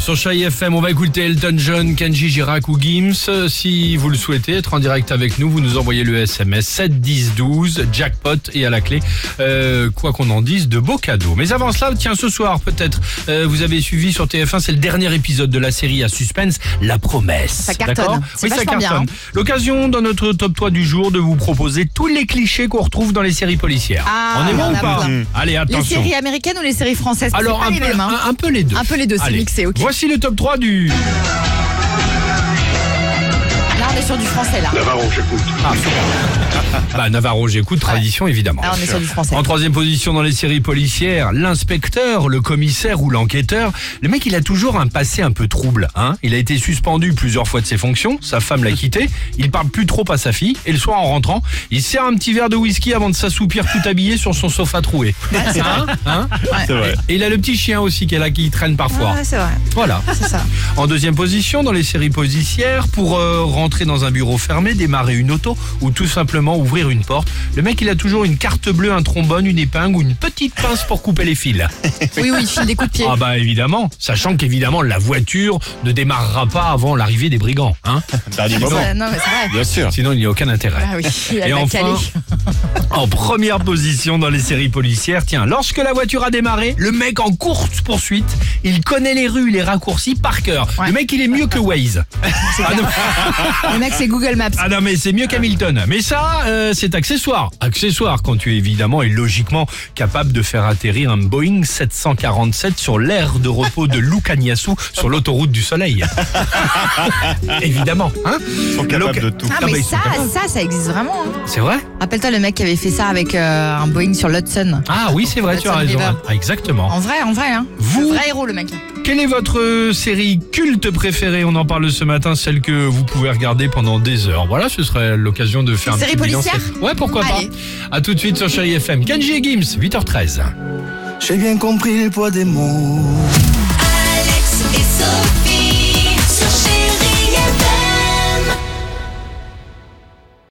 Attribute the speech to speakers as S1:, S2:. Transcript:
S1: sur Chai FM. On va écouter Elton John, Kenji Girac ou Gims. Euh, Si vous le souhaitez être en direct avec nous, vous nous envoyez le SMS 7 10 12 jackpot et à la clé euh, quoi qu'on en dise de beaux cadeaux. Mais avant cela, tiens ce soir peut-être euh, vous avez suivi sur TF1, c'est le dernier épisode de la série à suspense La Promesse.
S2: Ça cartonne.
S1: D'accord
S2: C'est
S1: Oui, ça
S2: vachement bien, hein.
S1: cartonne. L'occasion dans notre top 3 du jour de vous proposer tous les clichés qu'on retrouve dans les séries policières.
S2: Ah,
S1: On est
S2: il y
S1: bon
S2: en
S1: ou
S2: a
S1: pas
S2: plein.
S1: Mmh. Allez,
S2: Les
S1: attention.
S2: séries américaines ou les séries françaises Parce que
S1: Alors
S2: c'est
S1: un
S2: pas
S1: peu,
S2: les mêmes, hein.
S1: un- un peu les deux.
S2: Un peu les deux, c'est
S1: Allez.
S2: mixé, ok.
S1: Voici le top 3 du...
S2: Là, on est sur du français, là.
S3: Navarro, j'écoute.
S1: Ah, super. bah, Navarro, j'écoute, tradition évidemment.
S2: Là, Ah, on est sur du français.
S1: En troisième position dans les séries policières, l'inspecteur, le commissaire ou l'enquêteur, le mec il a toujours un passé un peu trouble. Hein il a été suspendu plusieurs fois de ses fonctions, sa femme l'a quitté, il parle plus trop à sa fille et le soir en rentrant, il sert un petit verre de whisky avant de s'assoupir tout habillé sur son sofa troué. Hein Hein
S3: C'est vrai.
S1: et il a le petit chien aussi qu'elle a qui traîne parfois.
S2: Ouais, c'est vrai,
S1: Voilà.
S2: c'est ça.
S1: En deuxième position, dans les séries policières, pour euh, rentrer dans un bureau fermé, démarrer une auto ou tout simplement ouvrir une porte, le mec il a toujours une carte bleue, un trombone, une épingle ou une petite pince pour couper les fils.
S2: Oui, oui, il file des coups de pied.
S1: Ah bah évidemment, sachant qu'évidemment la voiture ne démarrera pas avant l'arrivée des brigands, hein
S3: Dernier moment.
S2: Ouais, non, mais c'est vrai.
S3: Bien sûr.
S1: Sinon il n'y a aucun intérêt.
S2: Ah oui, il a
S1: Et
S2: le bac
S1: enfin,
S2: calé.
S1: En première position dans les séries policières, tiens, lorsque la voiture a démarré, le mec en course poursuite, il connaît les rues, les raccourcis par cœur. Le mec il est mieux que Waze. Ah non.
S2: Le mec, c'est Google Maps.
S1: Ah non mais c'est mieux qu'Hamilton. Mais ça, euh, c'est accessoire. Accessoire quand tu es évidemment et logiquement capable de faire atterrir un Boeing 747 sur l'aire de repos de Lukaniasu sur l'autoroute du Soleil. évidemment, hein
S3: Ils sont capables de tout.
S2: Ah,
S1: Ah, bah,
S2: mais
S1: ils sont
S2: ça,
S1: capables.
S2: ça, ça existe vraiment. hein.
S1: C'est vrai
S2: Rappelle-toi le mec qui avait fait ça avec euh, un Boeing sur l'Hudson.
S1: Ah oui, c'est vrai, tu as
S2: Hudson
S1: raison.
S2: River.
S1: Ah, exactement.
S2: En vrai, en vrai, hein.
S1: Vous-
S2: Le Vrai héros, le mec.
S1: Quelle est votre euh, série culte préférée On en parle ce matin, celle que vous pouvez regarder pendant des heures. Voilà, ce serait l'occasion de faire
S2: Une
S1: un
S2: série
S1: petit bilan.
S2: policière
S1: Ouais, pourquoi
S2: Allez.
S1: pas. À tout de suite sur Chérie FM. Kenji et Gims, 8h13.
S4: J'ai bien compris le poids des mots.
S5: Alex et Sophie.